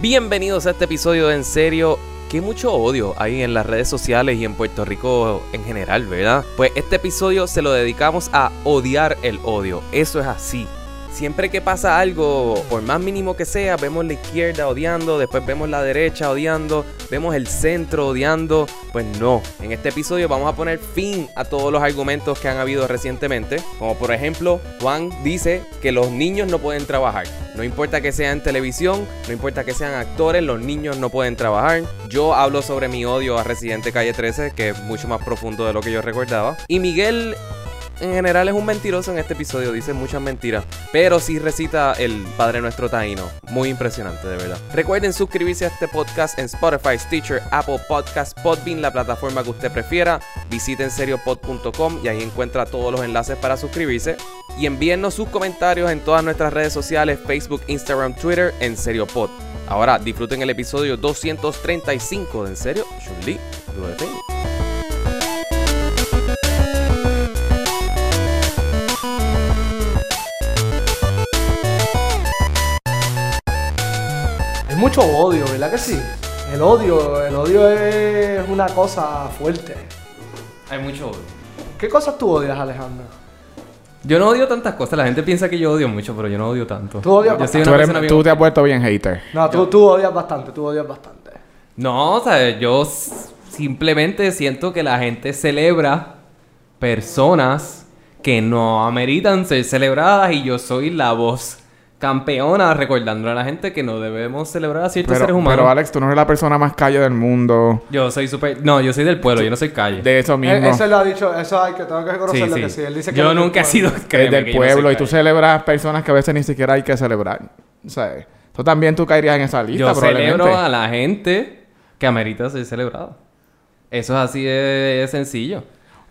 Bienvenidos a este episodio de En Serio. Que mucho odio hay en las redes sociales y en Puerto Rico en general, ¿verdad? Pues este episodio se lo dedicamos a odiar el odio. Eso es así. Siempre que pasa algo, por más mínimo que sea, vemos la izquierda odiando, después vemos la derecha odiando, vemos el centro odiando. Pues no, en este episodio vamos a poner fin a todos los argumentos que han habido recientemente. Como por ejemplo, Juan dice que los niños no pueden trabajar. No importa que sea en televisión, no importa que sean actores, los niños no pueden trabajar. Yo hablo sobre mi odio a Residente Calle 13, que es mucho más profundo de lo que yo recordaba. Y Miguel en general es un mentiroso en este episodio, dice muchas mentiras, pero sí recita el Padre Nuestro Taíno. Muy impresionante, de verdad. Recuerden suscribirse a este podcast en Spotify, Stitcher, Apple Podcast, Podbean, la plataforma que usted prefiera. Visiten seriopod.com y ahí encuentra todos los enlaces para suscribirse. Y envíennos sus comentarios en todas nuestras redes sociales, Facebook, Instagram, Twitter, en Seriopod. Ahora disfruten el episodio 235 de En Serio, Chun-Li, Do the Thing. Es mucho odio, ¿verdad que sí? El odio, el odio es una cosa fuerte. Hay mucho odio. ¿Qué cosas tú odias, Alejandro? Yo no odio tantas cosas. La gente piensa que yo odio mucho, pero yo no odio tanto. Tú odias yo soy bastante. una Tú, eres- persona bien- tú te has puesto bien hater. No, tú, tú odias bastante, tú odias bastante. No, o sea, yo s- simplemente siento que la gente celebra personas que no ameritan ser celebradas y yo soy la voz campeona recordando a la gente que no debemos celebrar a ciertos seres Pero, humanos. pero, Alex, tú no eres la persona más calle del mundo. Yo soy súper... No, yo soy del pueblo, yo no soy calle. De eso mismo. Eh, Eso lo ha dicho, eso hay que tengo que Sí, reconocerlo sí. que sí. Él dice que Yo no- nunca he sido... que es créeme del que yo no soy pueblo. y tú calle. celebras personas que a veces ni siquiera hay que celebrar. O sea, tú también tú caerías en esa lista Yo probablemente. celebro a la gente que amerita ser celebrado. Eso es así de sencillo.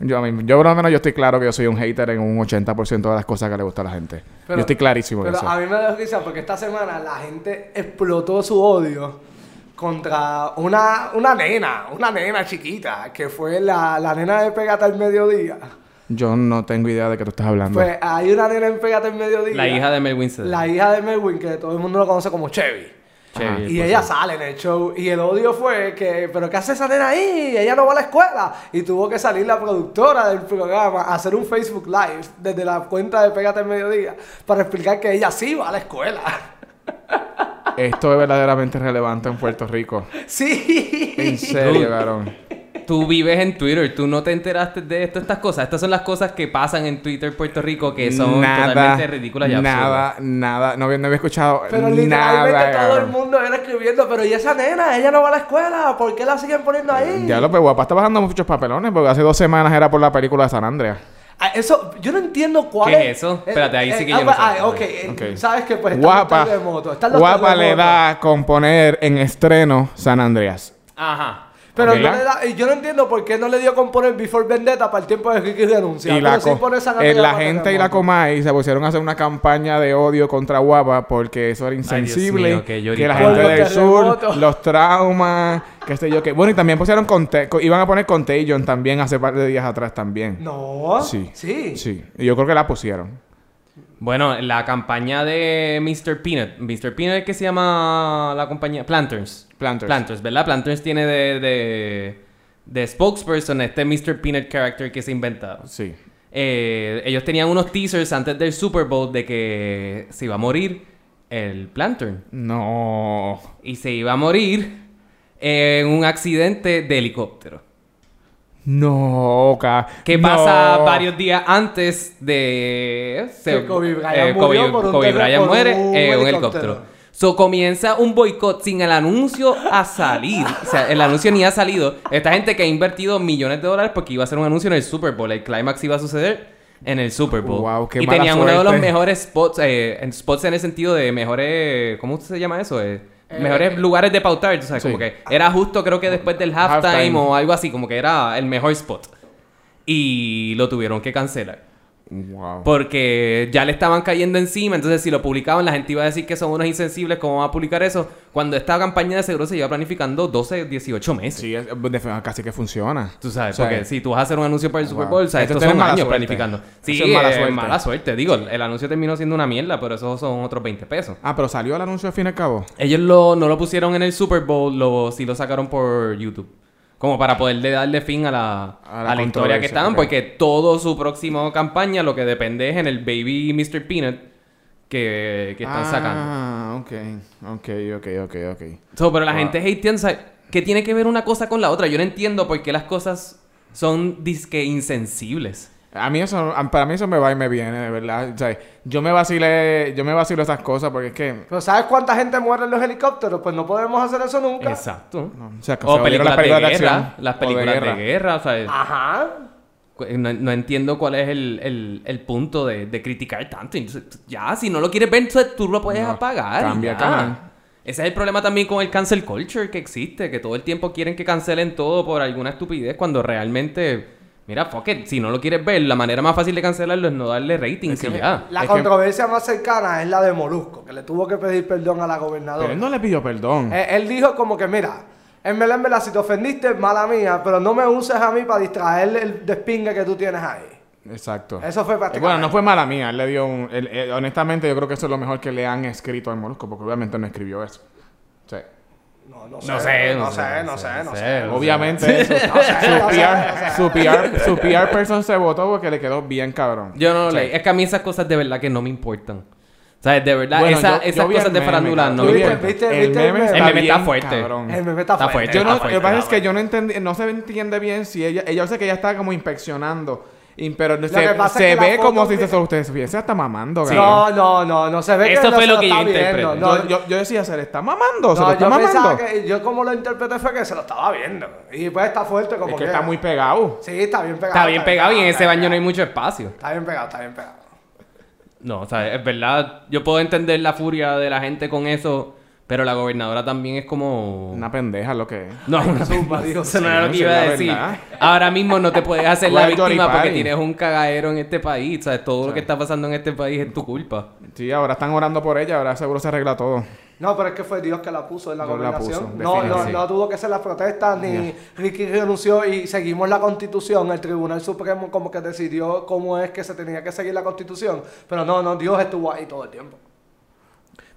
Yo, a mí- yo por lo menos yo estoy claro que yo soy un hater en un 80% de las cosas que le gusta a la gente. Pero- yo estoy clarísimo en Pero eso. a mí me da risa porque esta semana la gente explotó su odio contra una, una nena, una nena chiquita, que fue la, la nena de Pegata al mediodía. Yo no tengo idea de qué tú estás hablando. Pues hay una nena en Pegata al mediodía. La hija de Melvin Sedler. La hija de Melwin, que todo el mundo lo conoce como Chevy. Ah, Chévere, por Y ella cierto. sale en el show y el odio fue que, pero ¿qué hace esa nena ahí? Ella no va a la escuela. Y tuvo que salir la productora del programa a hacer un Facebook Live desde la cuenta de Pégate al Mediodía para explicar que ella sí va a la escuela. Esto es verdaderamente relevante en Puerto Rico. En Sí. serio, cabrón. Tú vives en Twitter, tú no te enteraste de esto, estas cosas. Estas son las cosas que pasan en Twitter Puerto Rico que son totalmente ridículas y absurdas. Nada, nada. No, había- no había escuchado Pero literalmente nada, todo el cabrón. mundo era escribiendo, pero ¿y esa nena? Ella no va a la escuela. ¿Por qué la siguen poniendo ahí? Ya lo pero pues, guapa está bajando muchos papelones porque hace dos semanas era por la película de San Andreas. Ah, Eso, yo no entiendo cuál ¿Qué es es. eso? Espérate, ahí sí que yo ah, no sé. ah, ok, eh, Ok. sabes que pues están los guapa, terremotos, están los guapa le terremotos. da a componer en estreno San Andreas. Ajá. Pero ¿Verdad? no le da- y yo no entiendo por qué no le dio con poner Before Vendetta para el tiempo de Ricky Renuncia. Y pero la, sí co- pone San eh, Andreas la para gente y la terremoto. Comay se pusieron a hacer una campaña de odio contra Guapa porque eso era insensible. mío, qué que lloriqueo. la gente Por los del sur, terremotos. los traumas, qué sé yo qué. Bueno, y también pusieron Conte- co- iban a poner Contagion también hace par de días atrás también. No. Sí. Sí. Sí. Sí. Y yo creo que la pusieron. Bueno, la campaña de Mr. Peanut. Mr. Peanut que se llama la compañía Planters. Planters. Planters, ¿verdad? Planters tiene de, de, de spokesperson este Mr. Peanut character que se inventaron. Sí. Eh, ellos tenían unos teasers antes del Super Bowl de que se iba a morir el Plantern. No. Y se iba a morir en un accidente de helicóptero. No, ca. Que no. pasa varios días antes de... eh, Que Kobe Bryant murió por un Kobe terreno- Bryant por muere eh, un en un helicóptero. helicóptero. So comienza un boicot sin el anuncio a salir. O sea, el anuncio ni ha salido. Esta gente que ha invertido millones de dólares porque iba a hacer un anuncio en el Super Bowl. El climax iba a suceder en el Super Bowl. Wow, qué y mala tenían uno de los suerte. mejores spots, eh, en spots en el sentido de mejores. ¿Cómo se llama eso? Eh, mejores lugares de pautar. O sea, sí. como que era justo, creo que después del halftime Halftime. o algo así, como que era el mejor spot. Y lo tuvieron que cancelar. Wow. Porque ya le estaban cayendo encima, entonces si lo publicaban la gente iba a decir que son unos insensibles, ¿cómo van a publicar eso? Cuando esta campaña de seguro se lleva planificando 12, 18 meses. Sí, es- defe- casi que funciona. Tú sabes, Sí. porque si tú vas a hacer un anuncio para el Super Wow. Bowl, o sea, Esto estos tiene son mala años suerte. planificando. Sí, Eso es mala eh, suerte. mala suerte. Digo, el el anuncio terminó siendo una mierda, pero esos son otros 20 pesos. Ah, pero salió el anuncio al fin y al cabo. Ellos lo- no lo pusieron en el Super Bowl, lo, sí lo sacaron por YouTube. Como para poderle darle fin a la, A la a la historia controversia, que estaban, ok. porque todo su próximo campaña lo que depende es en el Baby Mr. Peanut que, que están sacando. Ah, ok. Ok, ok, ok, ok. So, pero la Wow. gente hatean, ¿sabes? ¿qué tiene que ver una cosa con la otra? Yo no entiendo por qué las cosas son disque insensibles. A mí eso, a- para mí eso me va y me viene, de verdad. O sea, yo me vacilé, yo me vacilo esas cosas porque es que... Pero ¿sabes cuánta gente muere en los helicópteros? Pues no podemos hacer eso nunca. Exacto. O, sea, que se O volvieron películas, de, guerra, acción las o de películas de guerra, o sea, Ajá. Cu- eh, No, no entiendo cuál es el, el- el punto de, de criticar tanto. Entonces, t- ya, si no lo quieres ver, entonces tú lo puedes No, apagar. y cambia ya. canal. Ese es el problema también con el cancel culture que existe, que todo el tiempo quieren que cancelen todo por alguna estupidez cuando realmente, mira, fuck it, si no lo quieres ver, la manera más fácil de cancelarlo es no darle ratings y ya. La Es que- controversia más cercana es la de Molusco, que le tuvo que pedir perdón a la gobernadora. Pero él no le pidió perdón. Eh, Él, dijo como que, mira, en verdad, en verdad, si te ofendiste, mala mía, pero no me uses a mí para distraer el despingue que tú tienes ahí. Exacto. Eh, Eso fue prácticamente. Bueno, no fue mala mía. Él le dio un... él- él- honestamente, yo creo que eso es lo mejor que le han escrito al Molusco porque obviamente no escribió eso. Sí. No, No sé, Eh, no sé, no sé, no sé. Obviamente eso. No sé, su, no sé, no sé. PR, su, PR, su PR person se votó porque le quedó bien cabrón. Yo no lo Sí. leí. Es que a mí esas cosas de verdad que no me importan. O sea, de verdad, Bueno, esa- yo- yo esas vi cosas el de meme, farándula cabrón. no me Yo vi importan. ¿Viste? ¿Viste El el meme meme? está, El meme está bien fuerte. cabrón. El meme está fuerte. Yo no, está lo fuerte, que pasa está es que yo no entendí, no se entiende bien si ella, ella yo sé que ella está como inspeccionando, y- pero se, que pasa es se que la ve foto como si que- se ustedes se hubiese hasta mamando, cabrón. No, no, no, no se ve que Eso no fue se lo que yo está viendo, interpreté. no, yo, yo, yo decía, se le está mamando, se no, le está yo pensaba mamando. que yo como lo interpreté fue que se lo estaba viendo. Y pues está fuerte como Es que quiera. está muy pegado. Sí, está bien pegado. Está bien pegado y en ese está bien baño no hay pegado. mucho espacio. Está bien pegado, está bien pegado. No, o sea, es verdad, yo puedo entender la furia de la gente con eso, pero la gobernadora también es como... Una pendeja lo que es. No, una- Zumba, Dios. eso no era lo que Sí, iba a la decir. verdad. Ahora mismo no te puedes hacer la Guay, Dory víctima porque Party. tienes un cagadero en este país. ¿sabes? Todo lo Sí. que está pasando en este país es tu culpa. Sí, ahora están orando por ella, ahora seguro se arregla todo. No, pero es que fue Dios que la puso en la Dios la gobernación. puso, no, no, definitivamente. no tuvo que ser las protestas, ni Ricky renunció y seguimos la constitución. El Tribunal Supremo como que decidió cómo es que se tenía que seguir la constitución. Pero no, no, Dios estuvo ahí todo el tiempo.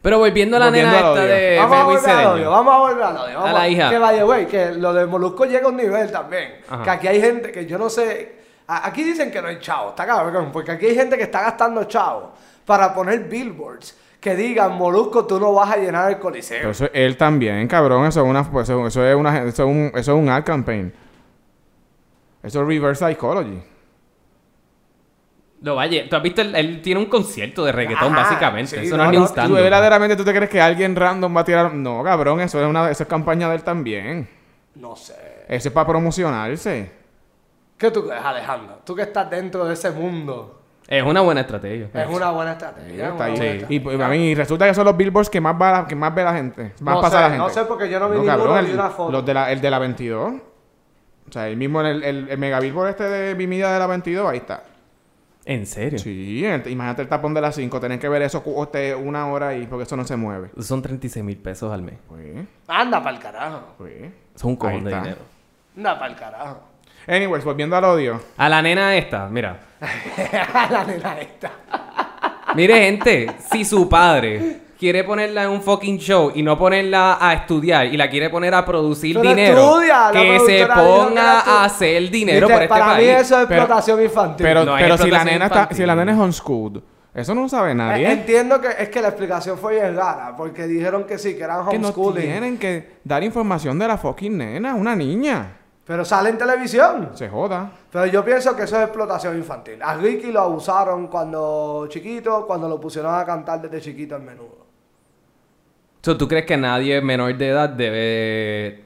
Pero volviendo a la Volviendo nena al esta odio. de Vamos a Melvin volver al Cedeño. odio, vamos a volver al odio. vamos A la hija. Que vaya, güey, que lo de Molusco llega a un nivel también. Ajá. Que aquí hay gente que yo no sé. a- Aquí dicen que no hay chavo, está cabrón, porque aquí hay gente que está gastando chavo para poner billboards que digan, Molusco, tú no vas a llenar el coliseo. Pero eso, él también, cabrón, eso es una pues, eso, eso es una eso es un eso es un ad campaign. Eso es reverse psychology. No, vaya, tú has visto, él, él tiene un concierto de reggaetón, Ajá, básicamente. sí, eso no, no, es ni un no, tú ¿Tú stand-up. verdaderamente tú te crees que alguien random va a tirar? No, cabrón, eso es una eso es campaña de él también. No sé. Eso es para promocionarse. ¿Qué tú crees, Alejandro? Tú que estás dentro de ese mundo. Es una buena estrategia. Es una buena estrategia. Está una Pues- buena ahí. Sí. Y, estrategia. pues, a mí, y resulta que son los billboards que más, va la- que más ve la gente. Más No pasa sé, la gente. no sé, porque yo no vi ninguno ni el- una foto. Los de la, el de la 22. O sea, el mismo, el, el, el mega billboard este de mi de la 22, ahí está. ¿En serio? Sí, el- imagínate el tapón de las 5. Tenés que ver eso cu- usted una hora ahí porque eso no se mueve. Son 36 mil pesos al mes. Pues, Anda para el carajo. pues. Son un Ahí cojón de está. dinero. Anda para el carajo. Anyways, volviendo al odio. A la nena esta, mira. la nena esta. Mire, gente, si su padre quiere ponerla en un fucking show y no ponerla a estudiar y la quiere poner a producir Pero dinero, estudia, la que se productora dijo que la ponga estu- a hacer dinero Viste, por este para país. mí eso es Pero- explotación infantil. Eh, Pero, No, es pero si la explotación nena está, infantil. si la nena es homeschooled, eso no sabe Eh, nadie. Entiendo que es que la explicación fue bien rara, porque dijeron que sí, que eran que no homeschooling. tienen que dar información de la fucking nena, una niña. pero sale en televisión. Se joda. Pero yo pienso que eso es explotación infantil. A Ricky lo abusaron cuando chiquito, cuando lo pusieron a cantar desde chiquito en menudo. So, ¿Tú crees que nadie menor de edad debe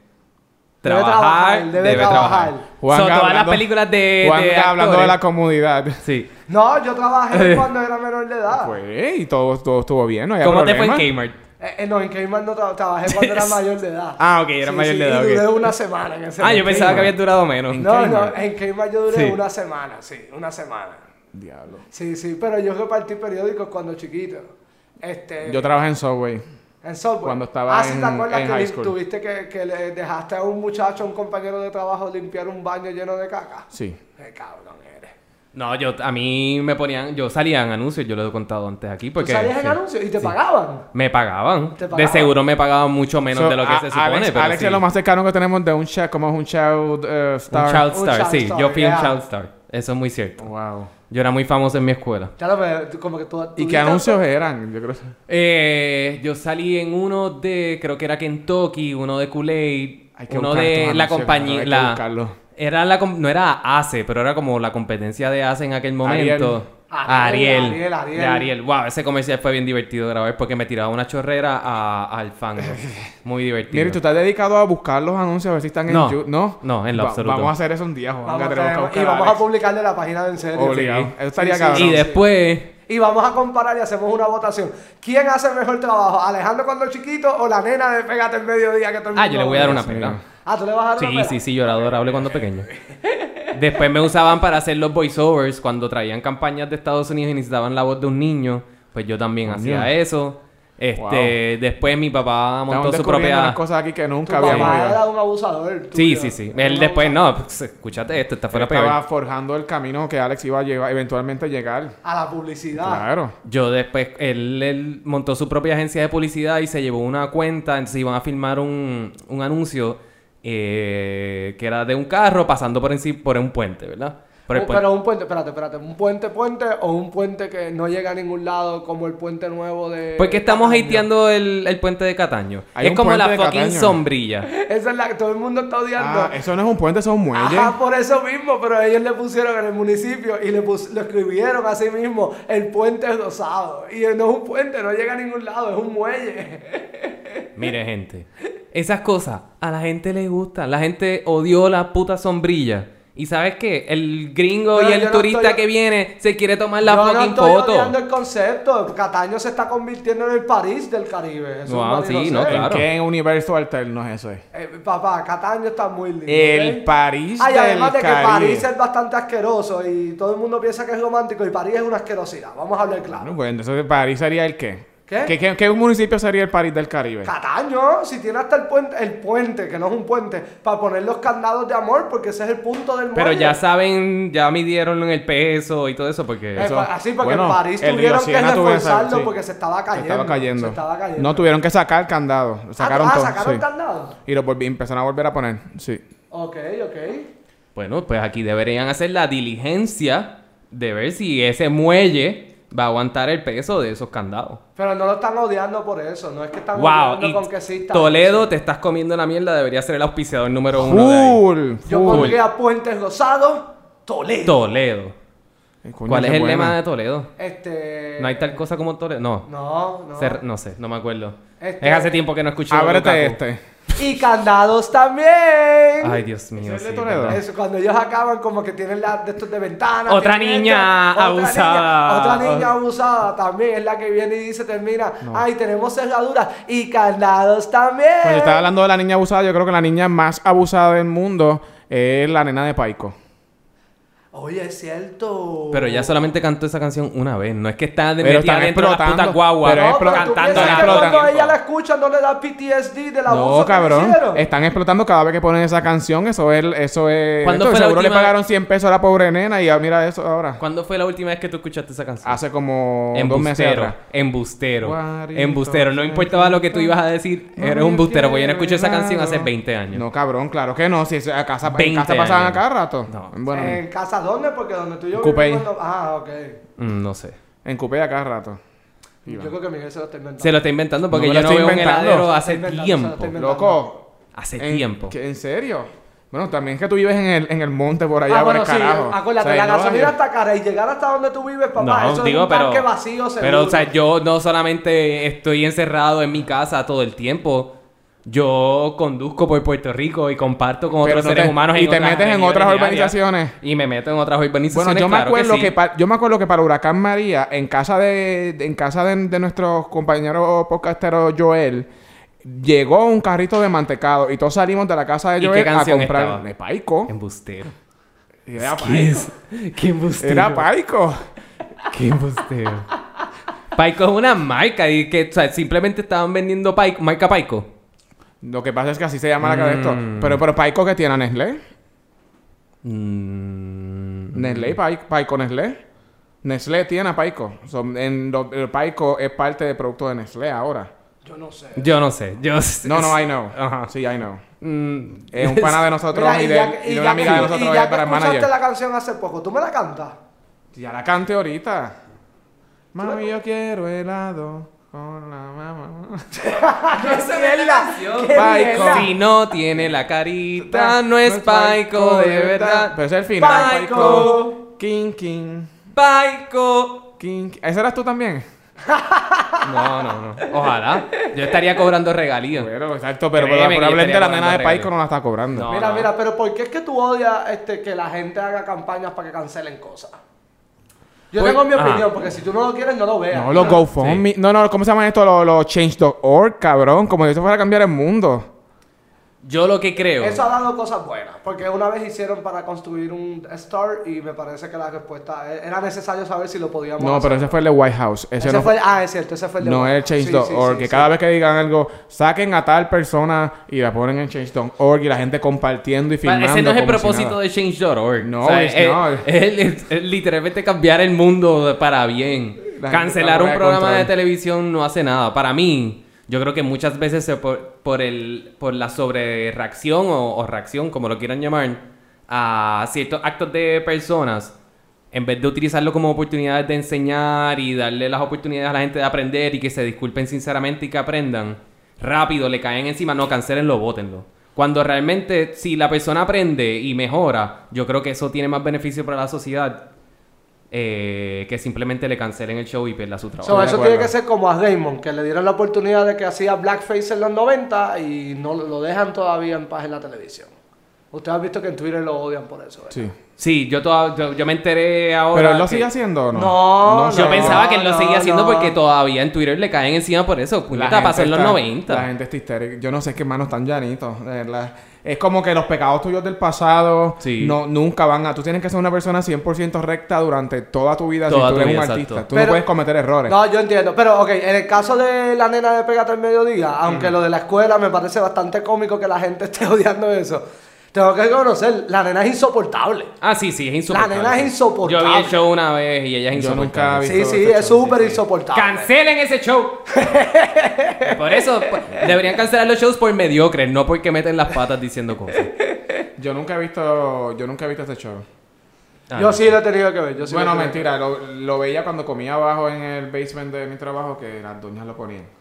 Debe trabajar? debe, trabajar. So, Juanga todas hablando- las películas de, Juan de está hablando de actores- la comunidad. Sí. No, yo Eh. trabajé cuando era menor de edad. Pues, y todo, todo estuvo bien, no había ¿Cómo problema. te fue en Kmart? Eh, eh, no, en Cayman no tra- trabajé cuando era mayor de edad. Ah, ok, era mayor de edad, y ok. duré una semana en ese Ah, yo pensaba que había Kmart. durado menos. No, no, Kmart. en Cayman yo duré Sí. una semana, sí, una semana. Diablo. Sí, sí, pero yo repartí periódicos cuando chiquito. Este, Eh, Yo trabajé en Subway. en software. cuando estaba ah, sí, en- ¿te acuerdas en que high lim- school. tuviste que, que le dejaste a un muchacho, a un compañero de trabajo, limpiar un baño lleno de caca? Sí. Qué cabrón eres. No, yo, a mí me ponían, yo salía en anuncios, yo lo he contado antes aquí, ¿Tú porque... salías en sí. anuncios y te pagaban? Me pagaban. ¿Te De pagaban? seguro me pagaban mucho menos So, de lo que a- se supone, Alex, pero Alex sí. es lo más cercano que tenemos de un child, como es un child eh, Un star. child Un star, child sí. star, yo fui yeah. un child star. Eso es muy cierto. Wow. Yo era muy famoso en mi escuela. Ya lo veo, tú- como que tú... ¿Y tú qué viste- anuncios eran? Yo creo Eh, yo salí en uno de, creo que era Kentucky, uno de Hay Kool-Aid, que uno buscar de estos la anuncios, compañía, hay que la, buscarlos. era la, com- no era ACE, pero era como la competencia de ACE en aquel momento. Ariel. Ariel. Ariel, Ariel. De Ariel. Wow, ese comercial fue bien divertido de grabar porque me tiraba una chorrera a- al fango. Muy divertido. Mira, ¿tú estás dedicado a buscar los anuncios a ver si están No. en YouTube? No, No, en lo Va- absoluto. Vamos a hacer eso un día, Juan. Vamos que a tenemos que traer- buscar y a vamos a Alex. publicarle la página de en serio. Obligado. Sí. Eso estaría Sí, sí, cabrón. sí. y después, Y vamos a comparar y hacemos una votación. ¿Quién hace mejor trabajo? ¿Alejandro cuando chiquito o la nena de Pégate el Mediodía que todo el Ah, mundo yo le voy a dar odia? una pela. Ah, ¿tú le vas a dar Sí, una pela? sí, sí, yo era adorable cuando pequeño. Después me usaban para hacer los voiceovers cuando traían campañas de Estados Unidos y necesitaban la voz de un niño. Pues yo también Coño. hacía eso. Este, Wow. después mi papá Estamos montó su descubriendo propia. unas cosas aquí que Tu nunca papá habíamos era oído. un abusador. Sí, tuyo. sí, sí. Era Él un después, abusador. no, pues, escúchate esto, esta Él fuera Estaba peor. forjando el camino que Alex iba a, llevar, eventualmente llegar. A la publicidad. Claro. Yo después, él, él montó su propia agencia de publicidad y se llevó una cuenta, entonces iban a filmar un, un anuncio eh, que era de un carro pasando por, encima, por un puente, ¿verdad? Por el Oh, Un- puente. Pero un puente, espérate, espérate. ¿Un puente, puente o un puente que no llega a ningún lado como el puente nuevo de. ¿Por qué Pues estamos Cataño? hateando el, el puente de Cataño? Hay es un como puente la de fucking Cataño. sombrilla. Esa es la que todo el mundo está odiando. Ah, eso no es un puente, eso es un muelle. Ajá, por eso mismo, pero ellos le pusieron en el municipio y le pus- lo escribieron así mismo, el puente rosado. Y no es un puente, no llega a ningún lado, es un muelle. Mire, gente. Esas cosas a la gente le gustan. La gente odió la puta sombrilla. ¿Y sabes qué? El gringo Pero y el yo no turista estoy- que viene se quiere tomar la Yo no fucking estoy foto. odiando el concepto, Cataño se está convirtiendo en el París del Caribe. es un Wow, sí, Marino no, Cero. claro. ¿Qué universo alterno es eso? Eh, papá, Cataño está muy lindo. El ¿ok? París Ay, del además de que Caribe. París es bastante asqueroso y todo el mundo piensa que es romántico y París es una asquerosidad. Vamos a hablar Bueno, claro. pues entonces París sería el qué? ¿Qué? ¿Qué, qué, qué municipio sería el París del Caribe? Cataño, si tiene hasta el puente, el puente, que no es un puente, para poner los candados de amor, porque ese es el punto del Pero muelle. ya saben, ya midieron el peso y todo eso porque... Eh, Eso- pa- así porque bueno, en París el tuvieron Río que Siena tuvo esa- reforzarlo sí. porque se estaba Se cayendo. estaba cayendo. se estaba cayendo. No tuvieron que sacar candado. Lo Sacaron ah, todo. sacaron sí. candado. Y lo volvi- empezaron a volver a poner. Sí. Ok, ok. Bueno, pues aquí deberían hacer la diligencia de ver si ese muelle va a aguantar el peso de esos candados. Pero no lo están odiando por eso, no es que están Wow, odiando y con que sí está- Toledo, te estás comiendo la mierda, debería ser el auspiciador número uno de ahí. Full. Yo full. pondría Puentes Rosados, Toledo. Toledo. Ay, coño, ¿Cuál qué es el buena. lema de Toledo? Este. No hay tal cosa como Toledo. No. No, no. Ser- No sé, no me acuerdo. Este- Es hace tiempo que no escuché. a Ábrete Lukaku. este. Y candados también. Ay, Dios mío. ¿Es el de sí, Toledo? ¿verdad? Eso, cuando ellos acaban, como que tienen la, de estos de ventana. Otra tienen niña esto, otra abusada. niña- Otra niña Oh. abusada también es la que viene y dice, termina, ay, tenemos cerraduras y candados también. Cuando estaba hablando de la niña abusada, yo creo que la niña más abusada del mundo es la nena de Paico. Oye, es cierto. Pero ya solamente cantó esa canción una vez. No es que está de metida Pero están dentro de las explotando. putas guaguas Pero es No, pero tú cantando piensas la que explotan. cuando ella la escucha no le da PTSD de la No, abuso que le cabrón. hicieron? Están explotando cada vez que ponen esa canción. Eso es. Eso es. ¿Cuándo esto, fue la seguro última- le pagaron 100 pesos a la pobre nena y ah, mira eso ahora. ¿Cuándo fue la última vez que tú escuchaste esa canción? Hace como Ah, dos meses Embustero, atrás. embustero, Guarito, embustero. No sí, importaba sí, lo que tú sí. ibas a decir, eres un bustero, porque yo no escucho esa canción hace 20 años. No, cabrón, claro que no. Si eso- a casa, en 20 casa pasaban años. a cada rato. No. Bueno, ¿En casa dónde? Porque donde tú y yo Coupé. vivimos, no- Ah, ok. Mm, no sé. en cupé a cada rato. Yo creo que Miguel se lo está inventando. Se lo está inventando porque No me yo lo no estoy veo un inventando. Eh, heladero Se hace lo está inventando, se lo tiempo. está Loco. Hace en- tiempo. que- ¿En serio? Bueno, también es que tú vives en el, en el monte por allá, Ah, por bueno, el sí, carajo. acuérdate, O sea, la en Nueva gasolina York. está cara y llegar hasta donde tú vives, papá, No, eso es digo, un pero. tanque vacío, seguro. pero, o sea, yo no solamente estoy encerrado en mi casa todo el tiempo. Yo conduzco por Puerto Rico y comparto con Pero otros no seres te- humanos. y te metes en regiones otras y áreas. urbanizaciones. Y me meto en otras urbanizaciones. Bueno, yo me claro acuerdo que, sí. pa- yo me acuerdo que para Huracán María, en casa de, de- en casa de, de nuestro compañero podcastero Joel, llegó un carrito de mantecado y todos salimos de la casa ¿Y de qué Joel a canción comprar estaba? de Paico. Embustero. Era ¿Qué paico. es? ¿Qué embustero? Era paico. ¿Qué embustero? Paico es una marca y que o sea, simplemente estaban vendiendo Paico, marca Paico. Lo que pasa es que así se llama la cara de esto. Mm. Pero, pero paico que tiene a Nestlé. Mm. Nestlé, Pai- Paico, Nestlé. Nestlé tiene a Paico. So, en lo- el Paico es parte del producto de Nestlé ahora. Yo no sé. Yo no sé. Yo No, no, I know. Ajá. Sí, I know. Mm. Es un pana de nosotros Mira, y, de, ya- y de una ya amiga que- de nosotros y es ya que para el escuchaste manager. la canción hace poco, ¿tú me la cantas? Ya la cante ahorita. Mami, yo quiero helado con la mamá. mierda! ¡Qué Paico. mierda! Si no tiene la carita, no es Paico, de verdad. Pero ese es el final. Paico. King, king, Paico. king. ¿Ese eras tú también? No, no, no. Ojalá. Yo estaría cobrando regalías. Bueno, exacto, pero, Créeme que yo probablemente estaría la nena de cobrando Paico regalo. no la está cobrando. No. Mira, mira, pero ¿por qué es que tú odias este, que la gente haga campañas para que cancelen cosas? Yo Pues, tengo mi ajá. opinión, porque si tú no lo quieres, no lo veas. No, los GoFundMe. No, no, ¿cómo se llaman esto? Los, los Change.org, cabrón. Como si eso fuera a cambiar el mundo. Yo lo que creo. Eso ha dado cosas buenas, porque una vez hicieron para construir un Star y me parece que la respuesta e- era necesario saber si lo podíamos No, hacer. pero ese fue el de White House. Ese, ese no fue. fue, ah, es cierto, ese fue el de No Obama. es el Sí, sí, Change.org. sí, que sí. cada vez que digan algo, saquen a tal persona y la ponen en Change.org y la gente compartiendo y Pa- filmando. Ese no es el como si propósito nada. de Change.org. No, es, it's es- not. eh, es- es literalmente cambiar el mundo de- para bien. La gente está Cancelar fuera un de programa de control. televisión no hace nada. Para mí, yo creo que muchas veces se por, por el, por la sobrereacción o, o reacción, como lo quieran llamar, a ciertos actos de personas, en vez de utilizarlo como oportunidades de enseñar y darle las oportunidades a la gente de aprender y que se disculpen sinceramente y que aprendan, rápido le caen encima, no, cancelenlo, bótenlo. Cuando realmente, si la persona aprende y mejora, yo creo que eso tiene más beneficio para la sociedad eh, que simplemente le cancelen el show y pierda su trabajo. So, de eso acuerdo. tiene que ser como a Damon, que le dieron la oportunidad de que hacía blackface en los 90 y no lo dejan todavía en paz en la televisión. Ustedes han visto que en Twitter lo odian por eso. ¿verdad? Sí. Sí, yo, toda- yo, yo me enteré ahora. Pero él lo que- sigue haciendo o no? No, Yo no, pensaba que él lo no, seguía haciendo no. porque todavía en Twitter le caen encima por eso. La Puñeta, pasó en gente los está- 90. La gente está histérica. Yo no sé qué manos tan llanitos. de verdad. Es como que los pecados tuyos del pasado Sí. no, nunca van a... Tú tienes que ser una persona 100% recta durante toda tu vida Toda si tú tu eres vida, un exacto. artista. Tú no Pero- puedes cometer errores. No, yo entiendo. Pero, ok, en el caso de la nena de Pégate al Mediodía, aunque lo de la escuela me parece bastante cómico que la gente esté odiando eso, tengo que reconocer, la nena es insoportable. Ah, sí, sí, es insoportable. La nena es insoportable. Yo vi el show una vez y ella es Yo nunca insoportable. vi- Sí, todo sí, este es show, súper sí, sí. insoportable. ¡Cancelen ese show! por eso por- deberían cancelar los shows por mediocres, no porque meten las patas diciendo cosas. Yo nunca he visto... Yo nunca he visto este show. Ah, Yo sí lo he tenido que ver. Yo sí lo bueno, he tenido mentira. Lo, lo veía cuando comía abajo en el basement de mi trabajo que las doñas lo ponían. que ver.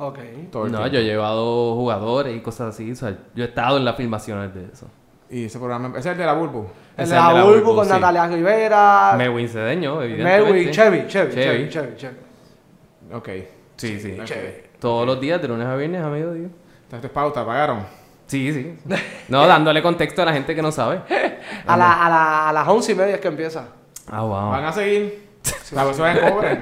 Ok. Todo el No, tiempo. yo he llevado jugadores y cosas así. o sea, yo he estado en las filmaciones de eso. Y ese programa... Ese es el de la Bulbu. El Ese de es el de la la Bulbu Bulbu, con sí. Natalia Rivera. Melwin Cedeño, evidentemente. Melwin, Ah. Chevy, Chevy, Chevy, Chevy. Chevy, Chevy. Ok. Sí, sí. Ok. Todos los días, de lunes a viernes a mediodía. Esto es pauta. ¿Pagaron? Sí, sí. No, dándole contexto a la gente que no sabe. A, la, a, la, a las once y media es que empieza. Ah, wow. ¿Van a seguir? La persona es cobre.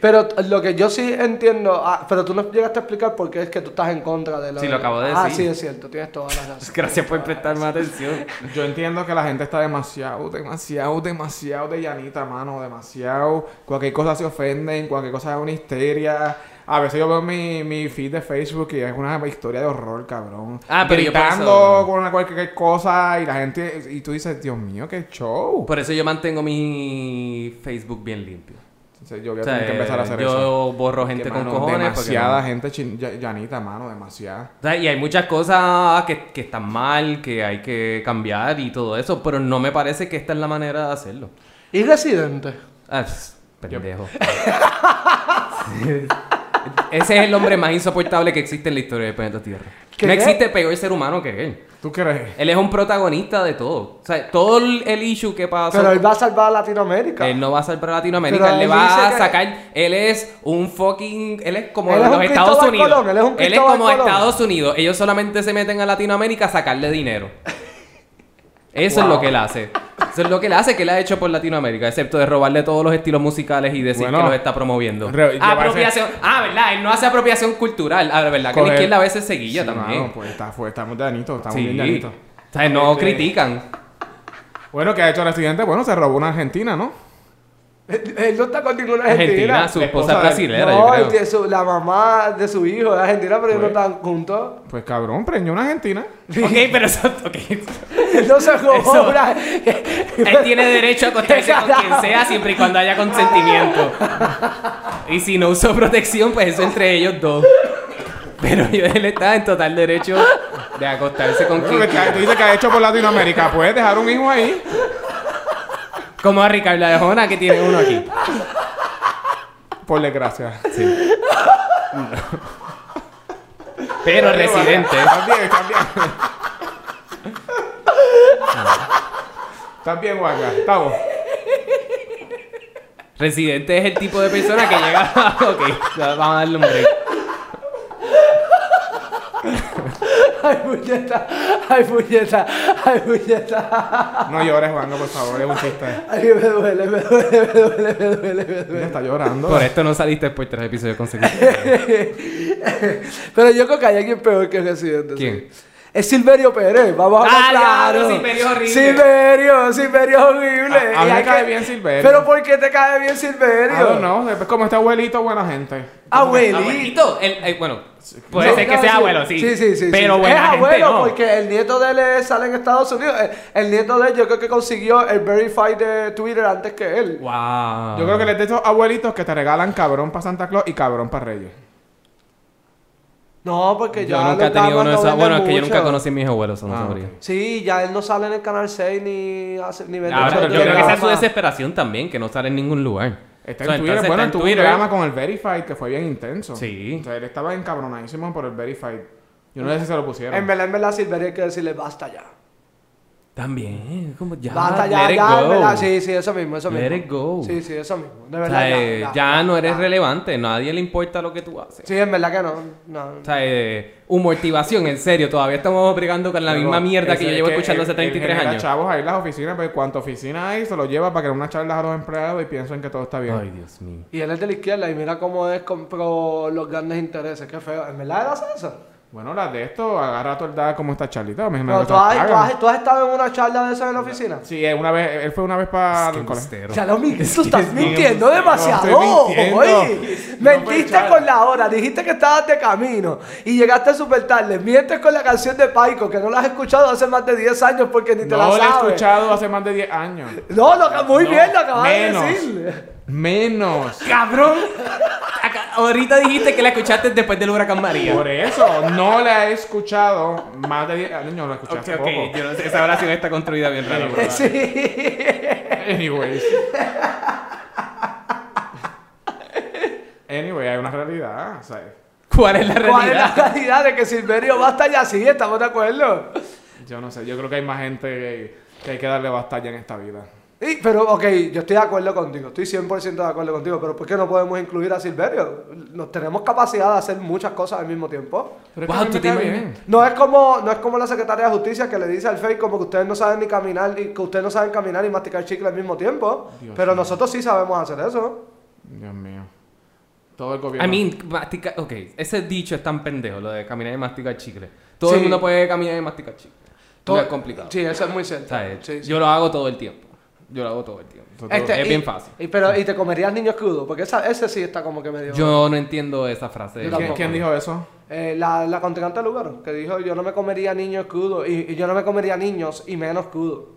Pero t- lo que yo sí entiendo, ah, pero tú no llegaste a explicar por qué es que tú estás en contra de lo Sí, lo acabo de Ah, decir. sí, es cierto, tienes todas las razones. Gracias por prestarme atención. Yo entiendo que la gente está demasiado, demasiado, demasiado de llanita, mano, demasiado. Cualquier cosa se ofenden, cualquier cosa es una histeria. A veces yo veo mi, mi feed de Facebook y es una historia de horror, cabrón. Ah, pero yo por Gritando eso- con una cualquier cosa y la gente... Y tú dices, Dios mío, qué show. Por eso yo mantengo mi Facebook bien limpio. Entonces, yo voy a O sea, eh, tener que empezar a hacer yo eso. borro gente Que, con mano, cojones. porque Demasiada no- gente chin- ll- llanita, mano, demasiada. O sea, y hay muchas cosas que, que están mal, que hay que cambiar y todo eso, pero no me parece que esta es la manera de hacerlo. ¿Y Residente? Ah, pss, pendejo. Ese es el hombre más insoportable que existe en la historia del planeta Tierra. ¿Qué? No existe peor ser humano que él. ¿Tú crees? Él es un protagonista de todo. O sea, todo el el issue que pasa. Pero él va a salvar a Latinoamérica. Él no va a salvar a Latinoamérica, Pero él le él va dice a que- sacar. Él es un fucking. Él es como Él es los un Estados Cristóbal Unidos. Colón, él es un Cristóbal como Colón. Estados Unidos. Ellos solamente se meten a Latinoamérica a sacarle dinero. Eso es lo que él hace. Eso es lo que él hace, que él ha hecho por Latinoamérica, excepto de robarle todos los estilos musicales y decir Bueno, que los está promoviendo. re- llevarse- Apropiación. Ah, ¿verdad? Él no hace apropiación cultural. Ah, ¿verdad? Que la Coger- izquierda a veces se guilla Sí, pues, también. mano, pues está, fue, estamos llanitos, estamos Sí. bien llanitos. O sea, no Este- critican. Bueno, ¿qué ha hecho el estudiante? Bueno, se robó una argentina, ¿no? Él, él no está con ninguna Argentina, argentina. su esposa la esposa de- brasilera, no, yo el creo. de su- la mamá de su hijo es argentina, pero ellos no Pues. están juntos. Pues cabrón, preñó una argentina. Ok, pero eso. ok. No se Eso- robó una... Él tiene derecho a acostarse con quien sea siempre y cuando haya consentimiento. Y si no usó protección, pues eso entre ellos dos. Pero yo- él está en total derecho de acostarse con Bueno, quien que- que- tú quiera. dices que ha hecho por Latinoamérica. Puedes dejar un hijo ahí. Como a Ricardo Arjona, que tiene uno aquí. Por desgracia. Pero residente. Estás bien, estás bien. Estás bien, Waka. Estamos. Residente es el tipo de persona que llega. ok, vamos a darle un break. Ay, puñeta, ay, puñeta, ay, puñeta. No llores, Wanga, por favor. Es un chiste. Ay, me duele, me duele, me duele, me duele, me duele. Mira, está llorando. Ah, Por esto no saliste por tres episodios consecutivos. Pero yo creo que hay alguien peor que Residente. ¿Quién? sí. Es Silverio Pérez, vamos a Ah, hablar diablo, claro. Silverio es horrible. Silverio, Silverio es horrible. A- a mí Y me hay cae que- bien Silverio. Pero ¿por qué te cae bien Silverio? I Ah, don't know. Es como este abuelito, buena gente. Abuelito. Abuelito. el- eh, bueno, puede No, ser que no, sea abuelo, sí. Sí, sí, sí. Pero sí. buena Es gente abuelo no. porque el nieto de él eh, sale en Estados Unidos. El, el nieto de él, yo creo que consiguió el verify de Twitter antes que él. Wow. Yo creo que él es de esos abuelitos que te regalan cabrón para Santa Claus y cabrón para Reyes. No, porque Yo ya nunca he los tenido uno damas de no esos. venden Bueno, es que yo nunca mucho. conocí a mis abuelos, eso no Ah, sabría. ok. Sí, ya él no sale en el canal 6 ni hace ni vende Ahora, mucho Ah, yo creo que esa es su programa. desesperación también, que no sale en ningún lugar. Está So, en Twitter. entonces Bueno, está tuvo un drama con el Verified que fue bien intenso. Sí. O sea, él estaba encabronadísimo por el Verified. Yo no sé si se lo pusieron. En verdad, en verdad, Silverio hay que decirle basta ya. También, eh, como ya. Basta let ya, it ya, en go. verdad. Sí, sí, eso mismo, eso mismo. Let it go. Sí, sí, eso mismo. De O verdad, sea, eh, ya, ya, ya no eres ya. relevante, nadie le importa lo que tú haces. Sí, en verdad que no. no. O sea, eh, humortivación, en serio, todavía estamos brigando con la Pero misma mierda que ese yo es llevo escuchando hace él- él 33 genera años. chavos ahí en las oficinas, pero cuánta oficina hay, se lo lleva para que una charla a los empleados y piensan que todo está bien. Ay, Dios mío. Y él es de la izquierda y mira cómo es compró los grandes intereses. Qué feo. ¿En verdad él hace eso? Bueno, las de esto, agarra toda como está charlita. Me imagino Pero que ¿tú, se las has, tú pagan. has- tú has estado en una charla de esas en la oficina. Sí, él una vez, él fue una vez para el colegio. Embustero. O sea, lo mi- tú estás mintiendo no, demasiado. estoy mintiendo. oye. No puede mentiste echar. con la hora, dijiste que estabas de camino y llegaste súper tarde. Mientes con la canción de Paico, que no la has escuchado hace más de 10 años porque ni te No la lo sabes. he escuchado hace más de 10 años. No, lo, que- muy No, bien lo acabas menos. de decir. Menos. ¡Cabrón! Acá- ahorita dijiste que la escuchaste después del huracán María. Por eso, no la he escuchado más de 10 años, la escuché Ok, hace ok, poco. yo no sé, esa oración está construida bien rara. pero- Sí. Anyways. anyway, hay una realidad, ¿sabes? ¿Cuál es la ¿Cuál es la realidad? realidad de que Silverio basta ya sí? ¿Estamos de acuerdo? Yo no sé, yo creo que hay más gente que, que hay que darle batalla en esta vida. Y- pero, ok, yo estoy de acuerdo contigo, estoy 100% de acuerdo contigo, pero ¿por qué no podemos incluir a Silverio? Nos tenemos capacidad de hacer muchas cosas al mismo tiempo. Pero Wow, a mí tú me cae te bien. imaginas. No es como, no es como la secretaria de justicia que le dice al FEI como que ustedes no saben ni caminar y que ustedes no saben caminar y masticar chicle al mismo tiempo. Dios pero mío. nosotros sí sabemos hacer eso. Dios mío. Todo el gobierno. I mean, mastica... Ok, ese dicho es tan pendejo, lo de caminar y masticar chicle. Todo el Sí. mundo puede caminar y masticar chicle. Todo no es complicado. Sí, eso es muy cierto. ¿Sabes? Sí, sí. Yo lo hago todo el tiempo. Yo lo hago todo el tiempo. Todo- Este, es y- bien fácil. Y, pero, ¿Y te comerías niño escudo? Porque esa, ese sí está como que medio... Yo no entiendo esa frase. Yo ¿Quién- tampoco. ¿Quién dijo eso? Eh, la, la contrincante Lugaro, que dijo yo no me comería niños escudo y, y yo no me comería niños y menos escudo.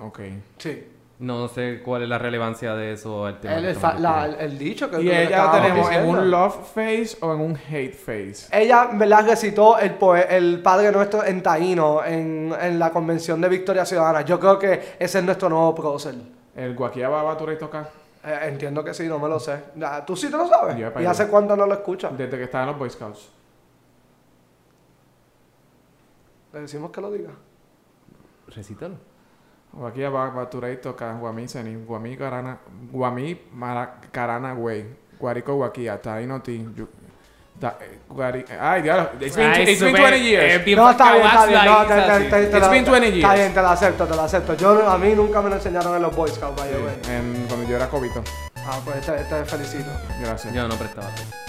Ok. Sí. No sé cuál es la relevancia de eso al tema. El, que el, estamos fa- la- discutiendo. el dicho que Y que ella la estábamos tenemos en diciendo. un love face o en un hate face. Ella me la recitó el, poe- el Padre Nuestro en Taíno, en, en la convención de Victoria Ciudadana. Yo creo que ese es nuestro nuevo prócer. El guaquiaba batura y toca Eh, entiendo que sí, no me lo sé. Ah, ¿Tú sí te lo sabes? Yo, ¿Y pero- hace cuánto no lo escuchas? desde que estaba en los Boy Scouts. Le decimos que lo diga. Recítalo. Guaquiaba batura y toca guamiseni, guami carana, guami mara- carana güey, guarico guaquía, taino ti. yu- ta- eh, guari- Ay, diablo, it's been, Ay, it's been super- 20 years. eh, bien No, está bien, está caguazo bien. ahí, No, o sea, te- sí. te- te- te It's la- been 20 Está years. bien, te la acepto, te la acepto. Yo, a mí nunca me lo enseñaron en los Boy Scouts, by the way. En- cuando yo era cobito. Ah, pues te, te felicito. Gracias. Yo no prestaba atención.